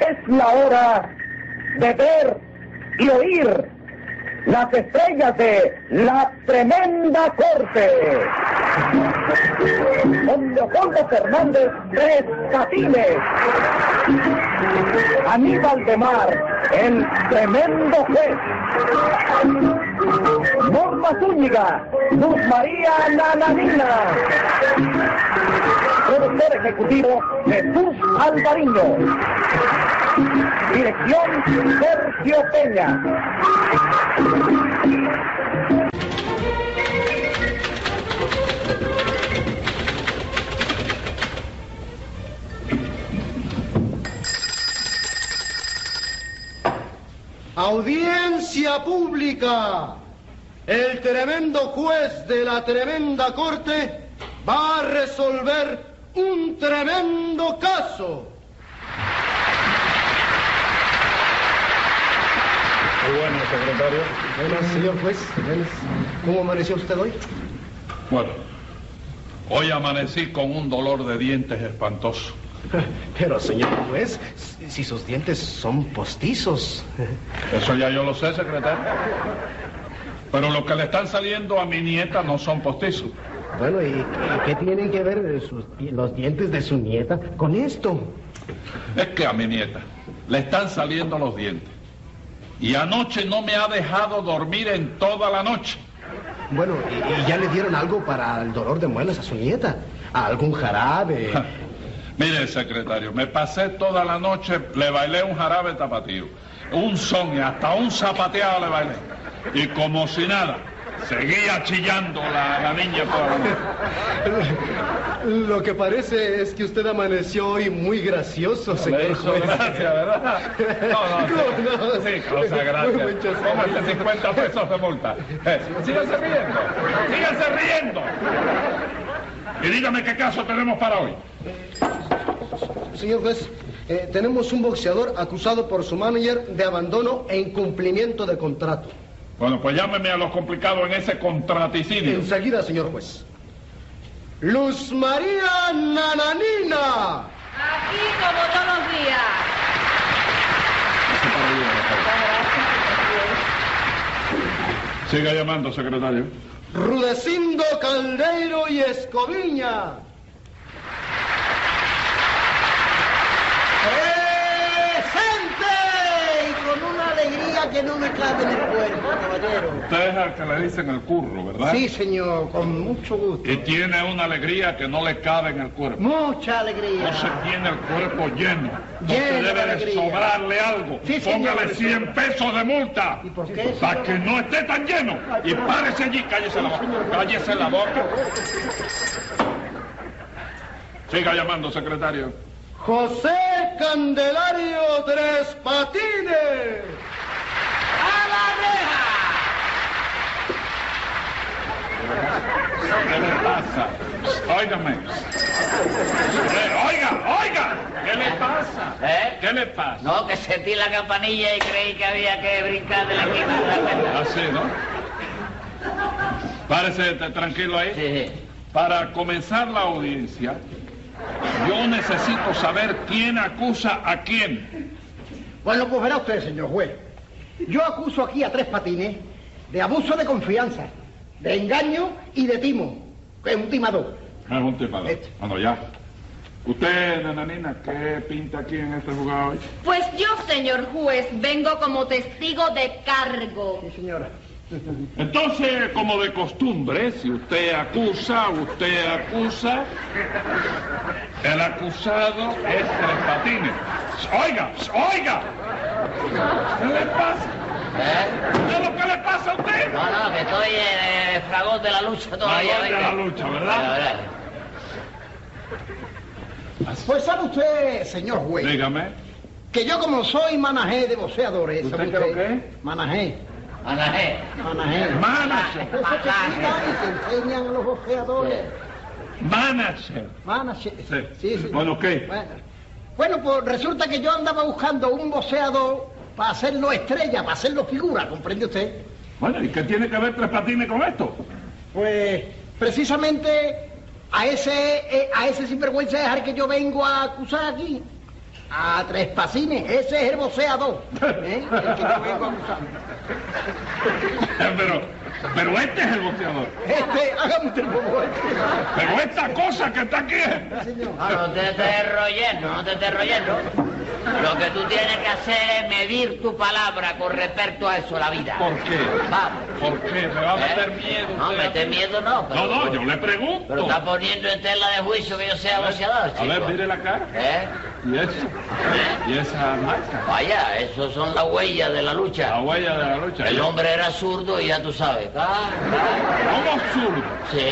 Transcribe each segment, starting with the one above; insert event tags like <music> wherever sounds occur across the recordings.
es la hora de ver y oír las estrellas de la tremenda corte. Don Leopoldo Fernández Tres Catines. Aníbal de Mar, el tremendo juez. Norma Zúñiga, Luz María Nananina. Productor ejecutivo Jesús Alvariño. Dirección Sergio Peña. Audiencia pública. El tremendo juez de la tremenda corte va a resolver un tremendo caso. Muy bueno, secretario. Buenas, señor juez. Buenas. ¿Cómo amaneció usted hoy? Bueno, hoy amanecí con un dolor de dientes espantoso. Pero, señor juez, si sus dientes son postizos. Eso ya yo lo sé, secretario. Pero lo que le están saliendo a mi nieta no son postizos. Bueno, ¿y qué- qué tienen que ver sus- los dientes de su nieta con esto? Es que a mi nieta le están saliendo los dientes. Y anoche no me ha dejado dormir en toda la noche. Bueno, ¿y, y ya le dieron algo para el dolor de muelas a su nieta? ¿Algún <laughs> jarabe? Mire, secretario, me pasé toda la noche, le bailé un jarabe tapatío, un son y hasta un zapateado le bailé. Y como si nada, seguía chillando la, la niña toda la <laughs> noche. Lo que parece es que usted amaneció hoy muy gracioso, Le hizo gracia, ¿verdad? No, no, sí. <laughs> No, no. Sí, causa gracia. Muchas gracias. Cómase 50 pesos de multa. Eh, síganse riendo, síganse riendo. Y dígame qué caso tenemos para hoy. Señor juez, eh, tenemos un boxeador acusado por su manager de abandono e incumplimiento de contrato. Bueno, pues llámeme a los complicados en ese contraticidio. Enseguida, señor juez. Luz María Nananina. Aquí como todos los días. Siga llamando, secretario. Rudecindo Caldeiro y Escoviña. ¡Presente! Y con una alegría que no me cabe en el cuerpo, caballero. Usted es al que le dicen el curro, ¿verdad? Sí, señor, con mucho gusto. Y tiene una alegría que no le cabe en el cuerpo. Mucha No se alegría. tiene el cuerpo lleno. No Lleno se de debe de alegría. sobrarle algo. Sí, señor. Póngale 100 pesos de multa. ¿Y por qué, Para señor? que no esté tan lleno. Y párese allí, cállese la boca. Cállese la boca. Siga llamando, secretario. José Candelario Tres Patines. ¡A la reja! ¿Qué le pasa? Óigame. Eh, Oiga, oiga. ¿Qué le pasa? ¿Eh? ¿Qué le pasa? No, que sentí la campanilla y creí que había que brincar de la esquina. a la otra. Así, ¿no? Párese t- tranquilo ahí. Sí, Para comenzar la audiencia, yo necesito saber quién acusa a quién. Bueno, pues verá usted, señor juez. Yo acuso aquí a tres patines de abuso de confianza, de engaño y de timo. Que es un timador. Es Ah, un timador. Este. Bueno, ya. Usted, nananina, ¿qué pinta aquí en este jugado hoy? Pues yo, señor juez, vengo como testigo de cargo. Sí, señora. Entonces, como de costumbre, si usted acusa, usted acusa, el acusado es Tres Patines. ¡Oiga! ¡Oiga! ¿Qué le pasa? ¿Eh? ¿Qué es lo que le pasa a usted? No, no, que estoy en el fragor de la lucha todavía. Fragor de venga. la lucha, ¿verdad? La Pues sabe usted, señor juez, Dígame. que yo como soy manajé de boxeadores, ¿sabe ¿Usted qué lo que Manajé, Manajé. manajé. Manager. Eso que Manajé. quitan y que enseñan a los boxeadores. Ah. Manager. Van a ser- Sí. Bueno, ¿qué? Bueno. Bueno, pues resulta que yo andaba buscando un boceador para hacerlo estrella, para hacerlo figura, ¿comprende usted? Bueno, ¿y qué tiene que ver Tres Patines con esto? <laughs> Pues precisamente a ese, eh, a ese sinvergüenza de dejar que yo vengo a acusar aquí. A tres patines, ese es el boceador. ¿eh? El que yo vengo acusando. Pero, pero este es el boxeador. Este, hágame usted el favor. Pero esta cosa que está aquí es... Ah, no te desarrolles, no te desarrolles, no. Lo que tú tienes que hacer es medir tu palabra con respecto a eso, la vida. ¿Por qué? Vamos. ¿Por qué? Me va a meter ¿Eh? miedo. No, usted. meter miedo no. No, no, yo le pregunto. Pero está poniendo en tela de juicio que yo sea boxeador, chico. A ver, mire la cara. ¿Eh? Y esa, y esa marca. Vaya, esos son las huellas de la La lucha. huella de la lucha. El hombre era zurdo y ya tú sabes. Ah, ah, ¿Cómo zurdo? sí.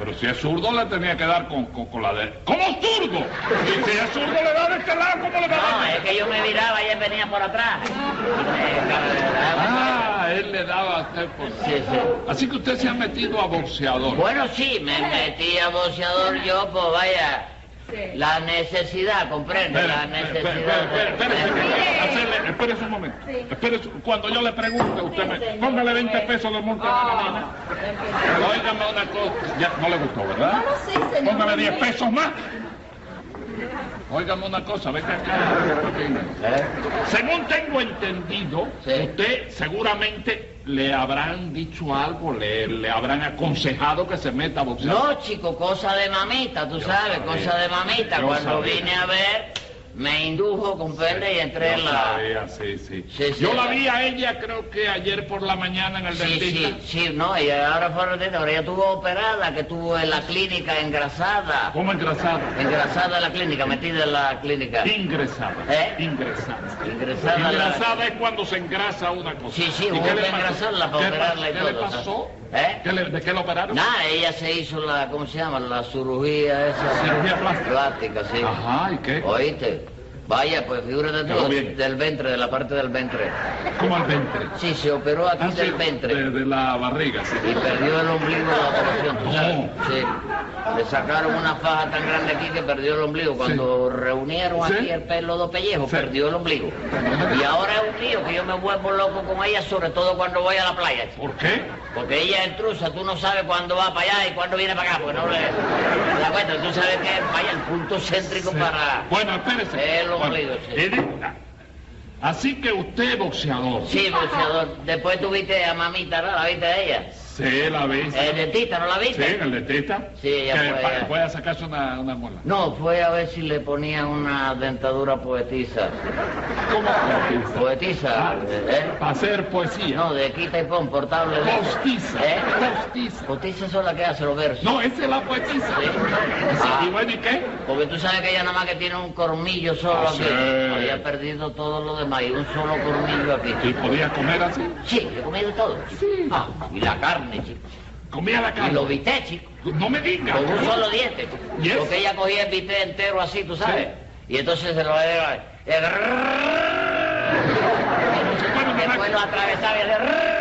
Pero si es zurdo le tenía que dar con, con, con la de... ¿Cómo zurdo? Y si es zurdo le da de este lado, ¿cómo le va a No, eh. dar? es que yo me miraba y él venía por atrás. Eh, claro, Ah, él le daba a usted por... Sí, sí. Así que usted se ha metido a boxeador. Bueno, sí, me metí a boxeador yo, pues vaya. Sí. La necesidad, comprende, Espere, la espere, necesidad. espere, espere, espere, espere, hacerle- espérese un momento. Sí. Espérese- cuando yo le pregunte, usted me... señor. Ah, Póngale 20 pesos de multa a la nana. Pero óigame una cosa. Ya, no le gustó, ¿verdad? No lo sé, señor. Póngale 10 pesos más. Óigame una cosa, vete acá. ¿Eh? Según tengo entendido, Sí. usted seguramente le habrán dicho algo, le, le habrán aconsejado que se meta a boxear. No, chico, cosa de mamita, tú sabes, sabía. cosa de mamita. Yo Cuando sabía. vine a ver, me indujo, comprende, y entré Yo en la... sabía, sí, sí. Sí, sí. Yo la vi a ella creo que ayer por la mañana en el Sí, dentista. sí, sí, no, y ahora fue dentista, ahora ya estuvo operada, que estuvo en la clínica engrasada. ¿Cómo engrasada? Engrasada en la clínica, metida en la clínica. Ingresada. ¿Eh? Ingresada. Ingresada la- Engrasada es cuando se engrasa una cosa. Sí, sí, ¿Y hubo qué le que pasó? engrasarla para ¿Qué operarla y pa- ¿Qué le todo, pasó? ¿eh? ¿Qué le- ¿De qué la operaron? Nada, ella se hizo la, ¿cómo se llama? La cirugía esa. Cirugía plástica. Plástica, sí. Ajá, ¿y qué? ¿Oíste? Vaya, pues figúrate Quedó tú, bien. del ventre, de la parte del ventre. ¿Cómo al ventre? Sí, se operó aquí Ah, sí, del ventre. De, de la barriga, sí. Y perdió el ombligo en la operación, ¿tú sabes? No. Sí. Le sacaron una faja tan grande aquí que perdió el ombligo. Cuando reunieron Sí. aquí el pelo de pellejo, Sí. perdió el ombligo. Y ahora es un lío que yo me vuelvo loco con ella, sobre todo cuando voy a la playa. chico. ¿Por qué? Porque ella es intrusa, tú no sabes cuándo va para allá y cuándo viene para acá, pues no le... te das cuenta, tú sabes que es vaya el punto céntrico para... Bueno, espérese. El ombligo, Bueno, sí. y di- Así que usted es boxeador. Sí, boxeador. Después tuviste a mamita, ¿no? ¿La viste a ella? Sí, la ve. El dentista, ¿no la Sí, viste? en el dentista. Sí, ella que fue para que allá. pueda sacarse una, una muela. No, fue a ver si le ponían una dentadura poetisa. ¿Cómo? Poetisa, Ah, ¿eh? Para hacer poesía. No, de quita y pon, portable. de- Postiza. ¿Eh? Postiza. Postiza son las que hace los versos. No, esa es la poetisa. Sí. Ah. ¿Y bueno, ¿y qué? Porque tú sabes que ella nada más que tiene un cormillo solo Ah, sí. aquí. Había perdido todo lo demás y un solo cormillo aquí. ¿Y podía comer así? Sí, yo comí de todo. chico. Sí. Ah, y la carne, chico. Comía la Y carne. lo viste, chico. No me diga. Con un solo diente, chico. Yes. Porque ella cogía el bistec entero así, tú sabes. Sí. Y entonces se lo era. Como si fuera una Después lo máquina. atravesaba y hacía-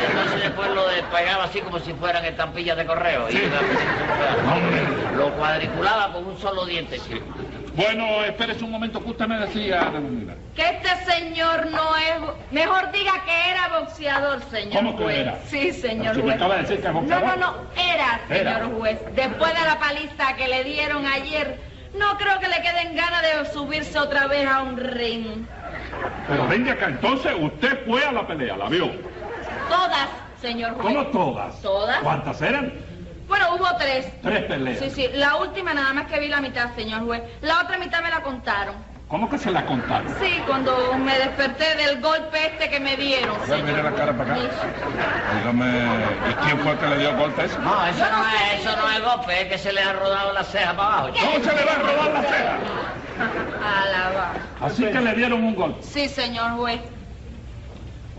Y entonces después lo despegaba así como si fueran estampillas de correo. Y Sí. No, hombre. lo cuadriculaba con un solo diente, chico. Bueno, espérese un momento. ¿Qué usted me decía, Ana Molina? Que este señor no es... bo- Mejor diga que era boxeador, señor ¿Cómo que juez. era? Sí, señor Si me juez. acaba de decir que es boxeador. No, no, no, era, Era. señor juez. Después de la paliza que le dieron ayer, no creo que le queden ganas de subirse otra vez a un ring. Pero venga acá, entonces usted fue a la pelea, la vio. Todas, señor juez. ¿Cómo todas? Todas. ¿Cuántas eran? Bueno, hubo tres. Tres peleas. Sí, sí, la última nada más que vi la mitad, señor juez. La otra mitad me la contaron. ¿Cómo que se la contaron? Sí, cuando me desperté del golpe este que me dieron, A ver, señor. mire la cara para acá. Dígame, ¿y quién fue que le dio el golpe a ese? No, eso no es, eso no es golpe, es que se le ha rodado la ceja para abajo. chico. ¿Cómo se le va a robar la ceja? Alaba. Así que le dieron un golpe. Sí, señor juez.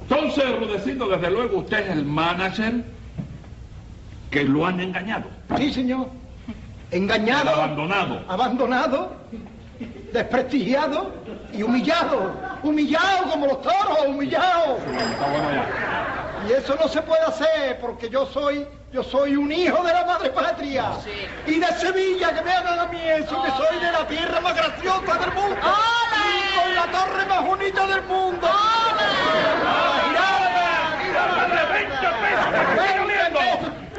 Entonces, Rudecindo, desde luego usted es el manager que lo han engañado, Sí, señor. lo han Engañado, abandonado. abandonado, desprestigiado y humillado. Humillado como los toros, humillado. Está bueno ya. Y eso no se puede hacer porque yo soy, yo soy un hijo de la madre patria. Sí. Y de Sevilla, que me hagan a mí eso, que Hola. soy de la tierra más graciosa del mundo. Hola. Y con la torre más bonita del mundo. ¡Giralda! ¡Dale 20 pesos! ¡Que siga oliendo!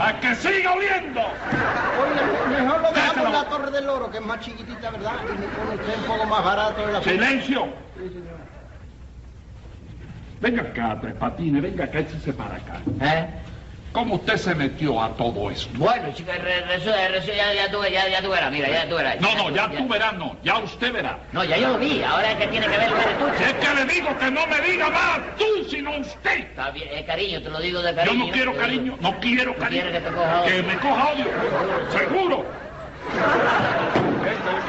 ¡A que siga oliendo! Oye, Mejor lo dejamos en la Dáselo. Torre del Oro, que es más chiquitita, ¿verdad? Y me pone usted un poco más barato de la ¡Silencio! Venga acá, Tres Patines, venga acá, échese para acá. ¿Eh? ¿Cómo usted se metió a todo esto? Bueno, chica, re- re- eso- eso ya, ya tú, ya, ya tú verás, mira, ya tú verás. No, no, ya tú verás. verás, no, ya usted verá. No, ya yo lo vi, ahora es que tiene que ver lo eres tú, Si chico. es que le digo que no me diga más tú, sino usted. Está bien, eh, cariño, te lo digo de Yo cariño. no quiero cariño, no quiero cariño. quieres que te coja odio? Que me coja odio, seguro.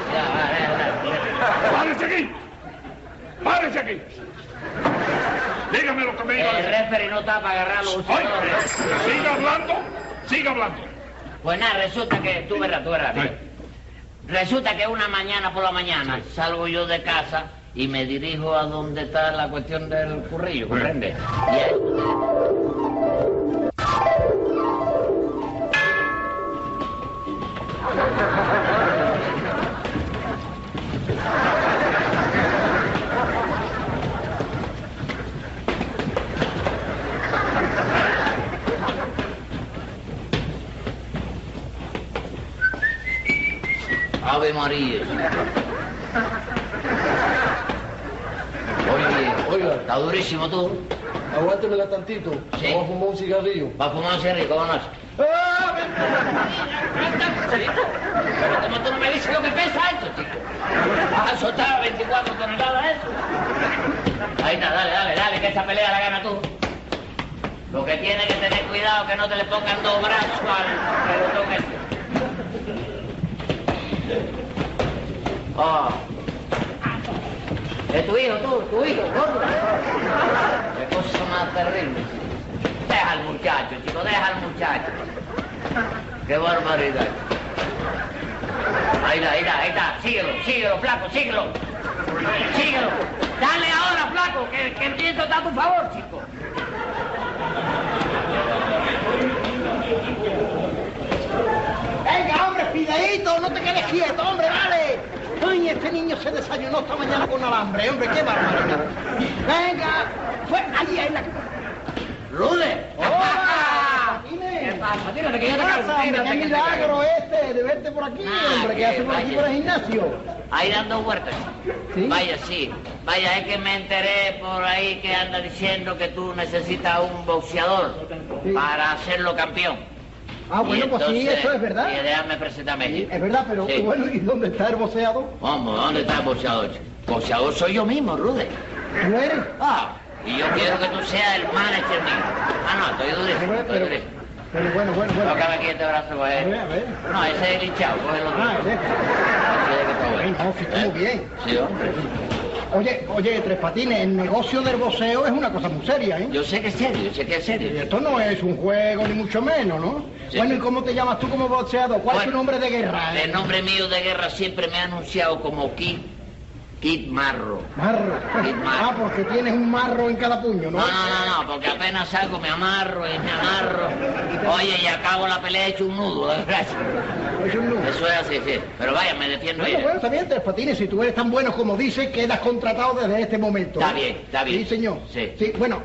Ya, ya, ya, ya. ¡Párese aquí! ¡Párese aquí! Dígame lo que me diga. El referee no está para agarrar los Oiga, luchadores. siga hablando, siga hablando. Pues nada, resulta que tú verás, tú verás. mira. Sí. Resulta que una mañana por la mañana salgo yo de casa y me dirijo a donde está la cuestión del currillo, Sí. ¿comprendes? Y ahí- Ave María. Oye, Oiga. está durísimo tú. Aguántemela tantito. Sí. Vamos a fumar un cigarrillo. Va a fumar un cigarrillo, ¿cómo no? Pero como tú no me dices lo que pesa esto, chico. Vas a soltar 24 toneladas de eso. Ahí está, dale, dale, dale, que esa pelea la gana tú. Lo que tienes que tener cuidado que no te le pongan dos brazos al pelotón este. Ah. Es tu hijo, tú, tu hijo, gordo. Qué cosa más terrible. Deja al muchacho, chico, deja al muchacho. Qué barbaridad. Ahí está, ahí está, ahí está. Síguelo, síguelo, flaco, síguelo. Síguelo. Dale ahora, flaco, que, que el viento está a tu favor, chico. Venga, hombre, pideíto, no te quedes quieto, hombre, vale. Ay, este niño se desayunó esta mañana con alambre, hombre, qué barbaridad. Venga, fue ahí, ahí la... ¡Rude! ¡Hola! <laughs> ¿Qué Patines. pasa? Tírate que yo ¿Qué te cargo. pasa, hombre? Tírate ¡Qué que yo te milagro cargo. este de verte por aquí, Ah, hombre! ¿Qué que hace por aquí vaya. por el gimnasio? Ahí dando vueltas. ¿Sí? Vaya, sí. Vaya, es que me enteré por ahí que anda diciendo que tú necesitas un boxeador Sí. para hacerlo campeón. Ah, bueno, Y pues sí, entonces, eso es verdad. Y déjame presentarme. Es verdad, pero Sí. bueno, ¿y dónde está el boceado? Vamos, ¿dónde está el boxeador? chico? Boxeador soy yo mismo, Rude. ¿Tú eres? Ah, y yo quiero que tú seas el manager mío. Ah, no, estoy durísimo, Pero, estoy pero, durísimo. pero bueno, bueno, bueno. Tócame aquí este brazo, A ver, a coge. ver. No, ese es el hinchado, coge el otro. Ah, deja. Así es que está bueno. No, que estuvo ¿Eh? bien. Sí, hombre. Oye, oye, Tres Patines, el negocio del voceo es una cosa muy seria, ¿eh? Yo sé que es serio, yo sé que es Y serio. Esto no es un juego, ni mucho menos, ¿no? Sí. Bueno, ¿y cómo te llamas tú como boxeador? ¿Cuál es tu Bueno, nombre de guerra? El eh? nombre mío de guerra siempre me ha anunciado como Kid, Kid Marro. Marro. El marro. Ah, porque tienes un marro en cada puño, ¿no? No, no, no, no, porque apenas salgo me amarro y me amarro. Oye, y acabo la pelea hecho un nudo, la verdad. Es un lujo. <laughs> Eso es así, sí. Pero vaya, me defiendo Bueno, bien. bueno, está bien, Tres Patines, si tú eres tan bueno como dices, quedas contratado desde este momento. Está ¿eh? bien, está bien. Sí, señor. Sí. bueno,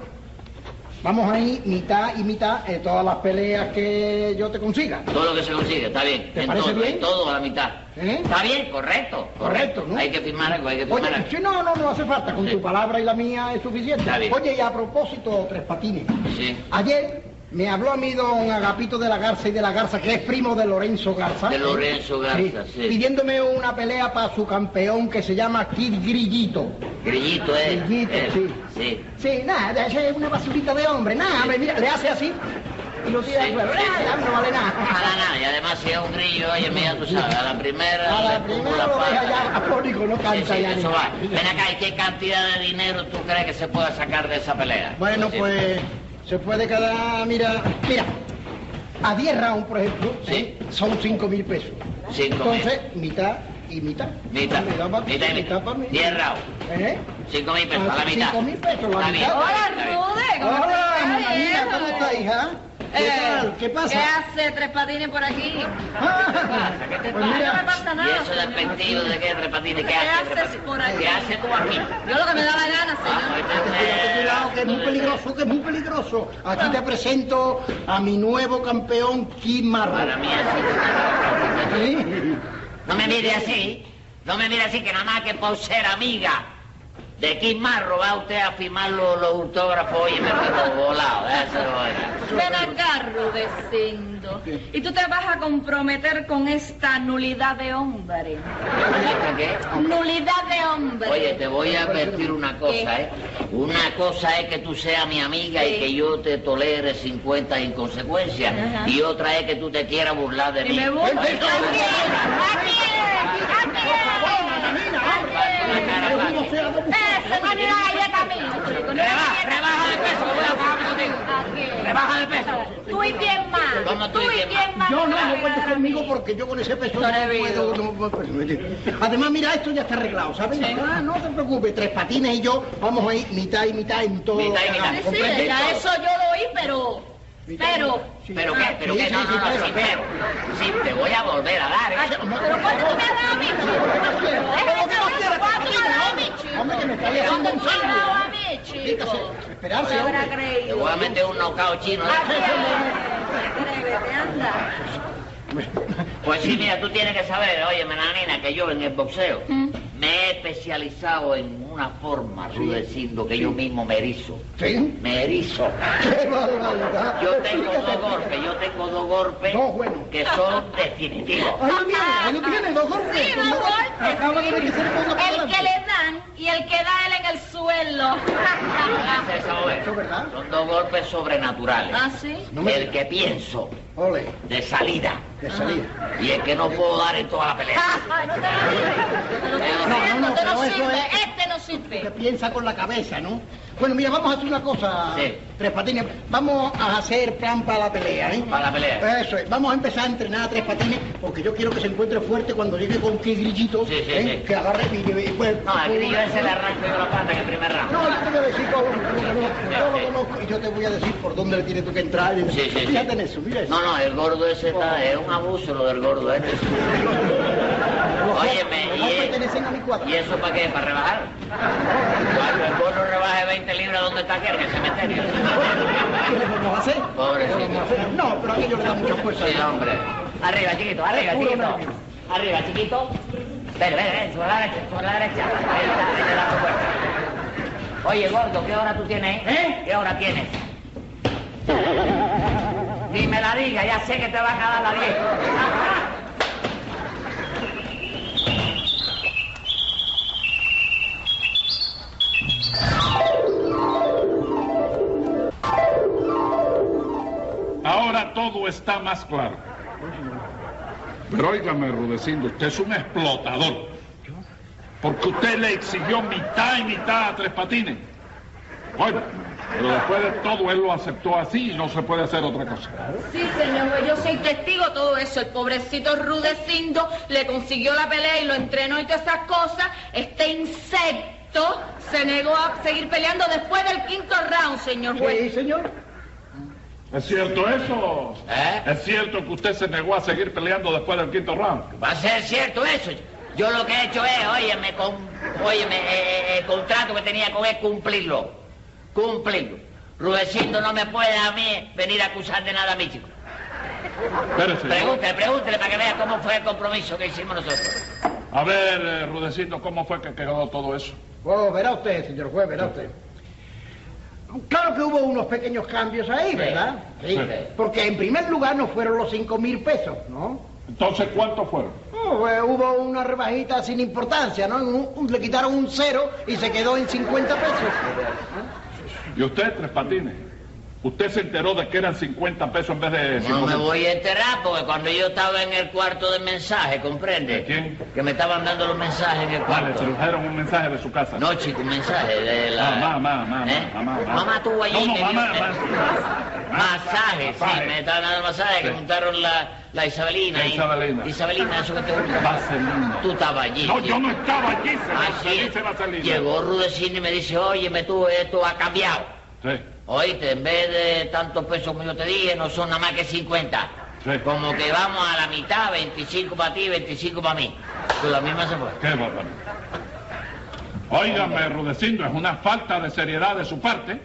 vamos ahí mitad y mitad en todas las peleas que yo te consiga. Todo lo que se consigue, está bien. ¿Te en parece todo, bien? en todo, a la mitad. ¿Eh? Está bien, correcto. Correcto, ¿no? Hay que firmar algo, hay que firmar Oye, algo. si no, no, no hace falta, con Sí. tu palabra y la mía es suficiente. Está bien. Oye, y a propósito, Tres Patines, Sí. ayer me habló a mí don Agapito de la Garza y de la Garza, que es primo de Lorenzo Garza. De Lorenzo Garza, sí. Pidiéndome una pelea para su campeón que se llama Kid Grillito. Grillito es. Grillito, es, sí. Sí. Sí, nada, ella es una basurita de hombre, nada, hombre, mira, le hace así y lo tira Sí, al suelo, sí, nada, sí. hombre, no vale Ojalá nada. nada, y además si es un grillo, oye, mira, tú sabes, a la primera... A le la pongo primera lo pata. deja ya apónico, no Sí, canta sí, ya. ni eso va. nada. Ven acá, ¿y qué cantidad de dinero tú crees que se pueda sacar de esa pelea? Bueno, Sí. pues se puede quedar, mira, mira, a 10 rounds, por ejemplo, Sí. son 5 mil pesos. Cinco mil. Entonces, mitad y mitad. Mitad, para mitad y mitad. para mí. Diez rounds. ¿Eh? Cinco mil pesos, a la mitad. Cinco mil pesos, la Está bien, mitad. está Hola, bien, está Rude. bien. ¿cómo te Hola, va, Manolita, ¿cómo viejo? está, hija? ¿Qué Eh, tal? ¿Qué ¿Qué pasa? Ah. hace Tres Patines por aquí? ¿Qué te Pues no me pasa Y nada. eso de pentillo de que repartir, ¿qué ¿Qué haces? haces repartir? por aquí? ¿Qué haces tú aquí? Yo lo que me da la gana, Ah, señor. ahorita me- Cuidado, que es muy peligroso, que es muy peligroso. Aquí te presento a mi nuevo campeón, Kim Marra. Para mí así. ¿Sí? No me mire así, no me mire así, que nada más que por ser amiga de Kim Marro va usted a firmar los, los autógrafos y me quedo volado, ¿eh? eso es. Ven acá, Rudecindo. Y tú te vas a comprometer con esta nulidad de hombre. ¿Qué? Nulidad de hombre. Oye, te voy a advertir una cosa, ¿Qué? ¿eh? Una cosa es que tú seas mi amiga y Sí. que yo te tolere 50 inconsecuencias. Ajá. Y otra es que tú te quieras burlar de Y mí. me voy. Ay, no, Aquí es, aquí es, aquí ¿eh? es. Cara fácil. Eso, no hay nada, ya camino, chico. No hay Reba- nada. rebaja de peso, voy a pagar contigo. Aquí es. Rebaja de peso. Tú y quién ¿Cómo más. Tú y quién más. Yo te vas no, a no cuentes quedar a conmigo mí? porque yo con ese peso no Atrevido. puedo. no puedo permitir. Además, mira, esto ya está arreglado, ¿sabes? Ah, no te preocupes, tres patines y yo vamos a ir mitad y mitad en todo. Mitad y lo que mitad. hagamos, Sí, ¿comprendes? sí, ya eso yo lo oí, pero. Pero. Pero qué, pero Sí, qué, sí, no, sí, no, no, pero, sí, pero. Sí, te voy a volver a dar, Ay, ¿eh? Pero ¿cuánto tú me has dado a mí, chico? Pero que no Déjame quieras, ¿Cuánto me has dado a mí, hombre. chico? Hombre, que me está dejando ¿Cuánto un tú me has saldo. dado a mí, Tiene que chico? hacer- esperarse, Me habrá hombre. Te voy creído. a meter un knockout chino. ¿eh? Aquí es. Atrévete, anda. Pues sí, mira, tú tienes que saber, oye, menanina, que yo en el boxeo me he especializado en una forma, Rudecindo, que yo mismo me erizo. ¿Sí? <laughs> Me erizo. ¡Qué barbaridad! Yo tengo Fíjate. <laughs> dos golpes, yo tengo dos golpes No, bueno. que son <laughs> definitivos. Ahí lo tienes, ahí lo tienes, dos golpes. Sí, dos golpes, Acaba de ver que se le ponga para El que adelante. le dan y el que da él en el suelo. <laughs> Esa obra. ¿Eso es verdad? Son dos golpes sobrenaturales. ¿Ah, sí? No me el que pienso Ole, de salida de salida. y el que no puedo dar en toda la pelea. Ah. Ay, No, no, No te lo digo. Te lo estoy diciendo, te no, no eso sirve. es- Este no Que sirve. piensa con la cabeza, ¿no? Bueno, mira, vamos a hacer una cosa, Sí. Tres Patines. Vamos a hacer plan para la pelea, ¿eh? Para la pelea. Eso es. Vamos a empezar a entrenar a Tres Patines porque yo quiero que se encuentre fuerte cuando llegue con qué grillito, Sí, sí, ¿eh? sí. que agarre y lleve... Pues, No, al grillo ese le arranco yo la pata en el primer round. No, yo te voy a decir cómo lo conozco, yo lo conozco y yo te voy a decir por dónde le tienes tú que entrar. y- Sí, sí, sí. Fíjate en eso, mira eso. No, no, el gordo ese está, es un abuso lo del gordo este. Los dos- Óyeme, los y, dos e- pertenecen a mi cuadra. ¿y eso para qué? ¿Para rebajar? Cuando el gordo rebaje 20 libras, ¿dónde está aquel? En el cementerio. ¿Qué le vamos a hacer? Pobrecito. No, pero aquello le da mucha fuerza. Sí, hombre. Arriba, chiquito, arriba, Puro chiquito. nervio. Arriba, chiquito. Ven, ven, ven, sobre la derecha, sobre la derecha. Ahí está, ahí te da la puerta. Oye, gordo, ¿qué hora tú tienes? ¿Eh? ¿Qué hora tienes? Ni me la diga, ya sé que te va a acabar la 10. Ahora todo está más claro. Pero óigame, Rudecindo, usted es un explotador. Porque usted le exigió mitad y mitad a Tres Patines. Bueno, pero después de todo él lo aceptó así y no se juez puede hacer otra cosa. Sí, señor, juez, yo soy testigo de todo eso. El pobrecito Rudecindo le consiguió la pelea y lo entrenó y todas esas cosas. Este insecto se negó a seguir peleando después del quinto round, señor Sí, juez. señor. ¿Es cierto eso? ¿Eh? ¿Es cierto que usted se negó a seguir peleando después del quinto round? Va a ser cierto eso. Yo lo que he hecho es, óyeme, con, óyeme, eh, eh, el contrato que tenía con él, cumplirlo. Cumplirlo. Rudecindo no me puede a mí venir a acusar de nada a mí, chico. Espérese. ¿no? Pregúntele, pregúntele para que vea cómo fue el compromiso que hicimos nosotros. A ver, eh, Rudecindo, ¿cómo fue que quedó todo eso? Oh, verá usted, señor juez, verá usted. Claro que hubo unos pequeños cambios ahí, ¿verdad? Sí. Porque en primer lugar no fueron los cinco mil pesos, ¿no? Entonces, ¿cuántos fueron? Oh, pues, hubo una rebajita sin importancia, ¿no? Un- un- le quitaron un cero y se quedó en 50 pesos. ¿Y usted, Tres Patines? ¿Usted se enteró de que eran 50 pesos en vez de No me 50? voy a enterrar porque cuando yo estaba en el cuarto de mensaje, ¿comprende? ¿De quién? Que me estaban dando los mensajes en el Ah, le cuarto. trajeron un mensaje de su casa. No, chico, un mensaje de la... Ah, mamá, mamá, ¿Eh? mamá, mamá. Mamá tuvo allí... No, no, que mamá, dio- mamá. Masaje, Masaje. sí, me estaban dando masaje, que Sí. juntaron la, la Isabelina. La y- Isabelina. Isabelina, eso que te gusta. <laughs> Vaselina. Tú estabas allí. No, chico. yo no estaba allí, Ah, se sí. me dice Vaselina. Llegó Rudecín y me dice, óyeme tú, esto ha cambiado. Sí, Oíste, en vez de tantos pesos como yo te dije, no son nada más que 50. Sí. Como que vamos a la mitad, 25 para ti, 25 para mí. Tú la misma se fue. qué bárbaro. Óigame, Rudecindo, es una falta de seriedad de su parte.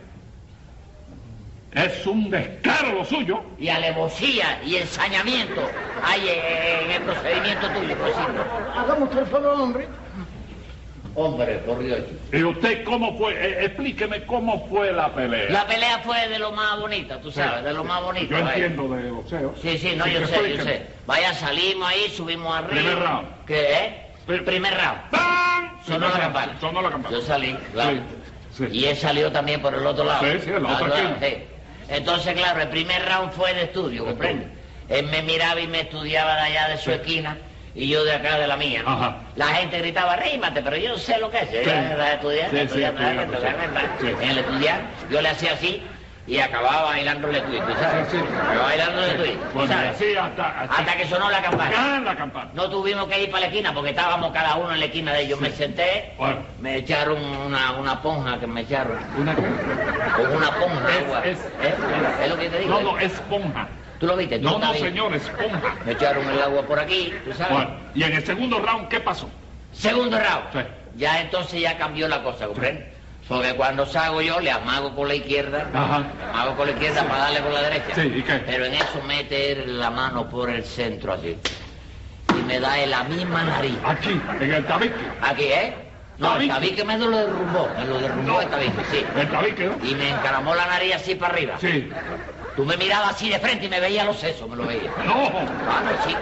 Es un descaro lo suyo. y alevosía y ensañamiento hay eh, en el procedimiento tuyo, Rosendo. Hagamos usted el favor, hombre. Hombre, por Dios. chico. ¿Y usted cómo fue? Eh, explíqueme cómo fue la pelea. La pelea fue de lo más bonita, tú sabes, de lo más bonito. Yo vaya. entiendo de boxeo. Sí, sí, no, yo sé, yo sé. Vaya, salimos ahí, subimos arriba. Primer round. ¿Qué? eh? Pri- Primer round. ¡Bam! Sonó la campana. Sonó la campana. Yo salí, claro. Sí, sí. Y él salió también por el otro lado. Sí, sí, el otro Al lado, esquina. sí. Entonces, claro, el primer round fue de estudio, De ¿comprende? estudio. Él me miraba y me estudiaba de allá de su Sí. esquina y yo de acá de la mía. ¿no? Ajá. La gente gritaba, rímate, pero yo sé lo que es. Yo era de estudiar, Sí, sí, estudiar, estudiar, estudiar, sí. estudiar. Sí. En el estudiar, yo le hacía así y acababa bailándole twist, ¿tú ¿sabes? Sí, sí. Acababa bailándole twist, ¿tú Bueno, y ¿sabes? así hasta... Hasta que sonó la campana. ¡Ah, la campana! No tuvimos que ir para la esquina porque estábamos cada uno en la esquina de ellos. Me senté, Bueno. me echaron una, una ponja que me echaron. ¿Una qué? Con una ponja de Es- agua. es- ¿Eh? Es lo que te digo. No, ¿eh? no, esponja. ¿Tú lo viste? ¿Tú No, no, estabas ahí? señor, esponja. Me echaron el agua por aquí, ¿tú sabes? Bueno, y en el segundo round, ¿qué pasó? Segundo round. Sí. Ya entonces ya cambió la cosa, ¿comprendes? Porque cuando salgo yo le amago con la izquierda, Ajá. amago con la izquierda para darle con la derecha. Sí, ¿y qué? Pero en eso mete él la mano por el centro así. Y me da en la misma nariz. Aquí, en el tabique. Aquí, ¿eh? No, el Tabique. tabique me lo derrumbó, me lo derrumbó No. el tabique, sí. El tabique, ¿no? Y me encaramó la nariz así para arriba. Sí. Tú me mirabas así de frente y me veía los sesos, me lo veía. No. Ah, no, chico.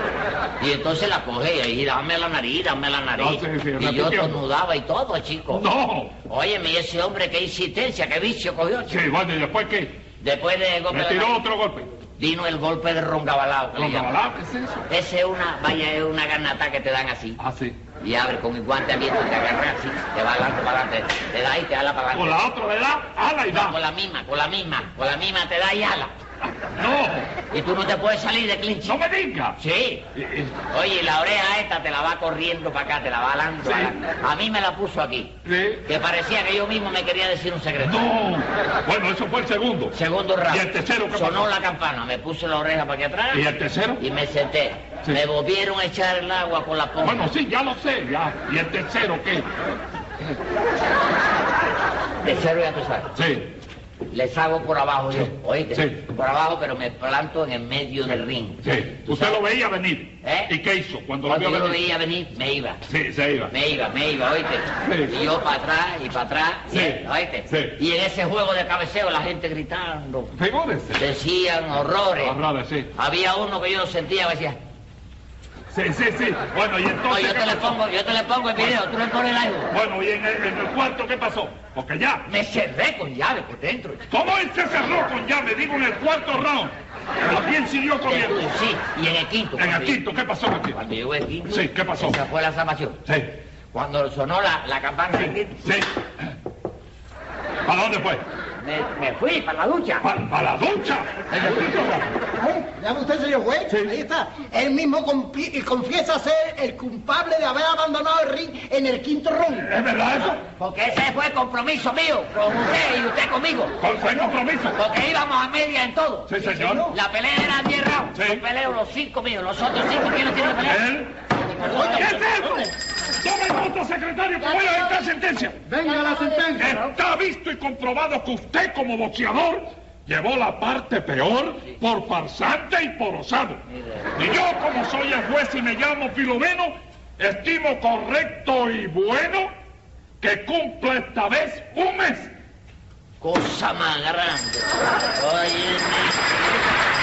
Y entonces la cogía y dame la nariz, dame la nariz. No, sí, sí, y yo repitió. tornudaba y todo, chico. No. Óyeme, y ese hombre qué insistencia, qué vicio cogió, chico. Sí, bueno, ¿y después qué? Después de golpe Me de tiró nariz, otro golpe. vino el golpe de roncabalao. que le ¿Con la llaman. balada? ¿Qué es eso? Ese es una, vaya, es una garnata que te dan así. Ah, sí. Y abre con el guante abierto y te agarra así, te va adelante para adelante, te da y te ala para Con adelante. la otra le da, ala y No, con da. la misma, con la misma, con la misma te da y ala. No, Y tú no te puedes salir de clinch. no me digas. Sí. Y- y- Oye, la oreja esta te la va corriendo para acá, te la va alando. Sí. A mí me la puso aquí. Sí. Que parecía que yo mismo me quería decir un secreto. No. Bueno, eso fue el segundo. Segundo round. ¿Y el tercero qué Sonó pasó? la campana, me puse la oreja para aquí atrás. ¿Y el tercero? y me senté. Sí. Me volvieron a echar el agua con la pompa. Bueno, sí, ya lo sé, ya. ¿Y el tercero qué? Tercero ya tú sabes. Sí. Les hago por abajo yo, oíste. Sí. Por abajo, pero me planto en el medio del ring. Sí. ¿Tú Usted sabes? lo veía venir. ¿Eh? ¿Y qué hizo cuando lo Cuando vio yo lo venir? veía venir, me iba. Sí, se iba. Me iba, me iba, oíste. Sí. Y yo para atrás y para atrás, Sí. y él, oíste. Sí. Y en ese juego de cabeceo la gente gritando, Figúrese. decían horrores. Horrores, sí. Había uno que yo sentía que decía, Sí, sí, sí. Bueno, y no, entonces. yo ¿qué te le pasó? pongo, yo te le pongo el video, tú le pones el algo. Bueno, ¿y en el, en el cuarto qué pasó? Porque ya. Me cerré con llave por dentro. ¿Cómo él se cerró con llave? Digo, en el cuarto round. También siguió comiendo. Sí, y en el quinto. En el cuando yo- quinto, ¿qué pasó en el quinto? Cuando llegó el quinto, Sí, ¿qué pasó? esa fue la salvación. Sí. Cuando sonó la, la campana del quinto, Sí. ¿Para dónde fue? me, me fui para la ducha. ¿Para, la ducha? Ya ve usted, señor juez, ahí está. Él mismo compi- y confiesa ser el culpable de haber abandonado el ring en el quinto round. ¿Es verdad eso? Porque ese fue el compromiso mío con usted y usted conmigo. ¿Con fue compromiso? Porque íbamos a media en todo. Sí, señor. La pelea era 10 rounds. Sí. Yo peleo los 5 míos. Los otros 5, ¿quién los tiene que pelear? ¿Él? ¿Qué es eso? Tome nota, secretario, como era esta sentencia. Venga la sentencia. Está visto y comprobado que usted, como boxeador, llevó la parte peor por farsante y por osado. Y yo, como soy el juez y me llamo Filomeno, estimo correcto y bueno que cumpla esta vez un mes. Cosa más grande. Oye,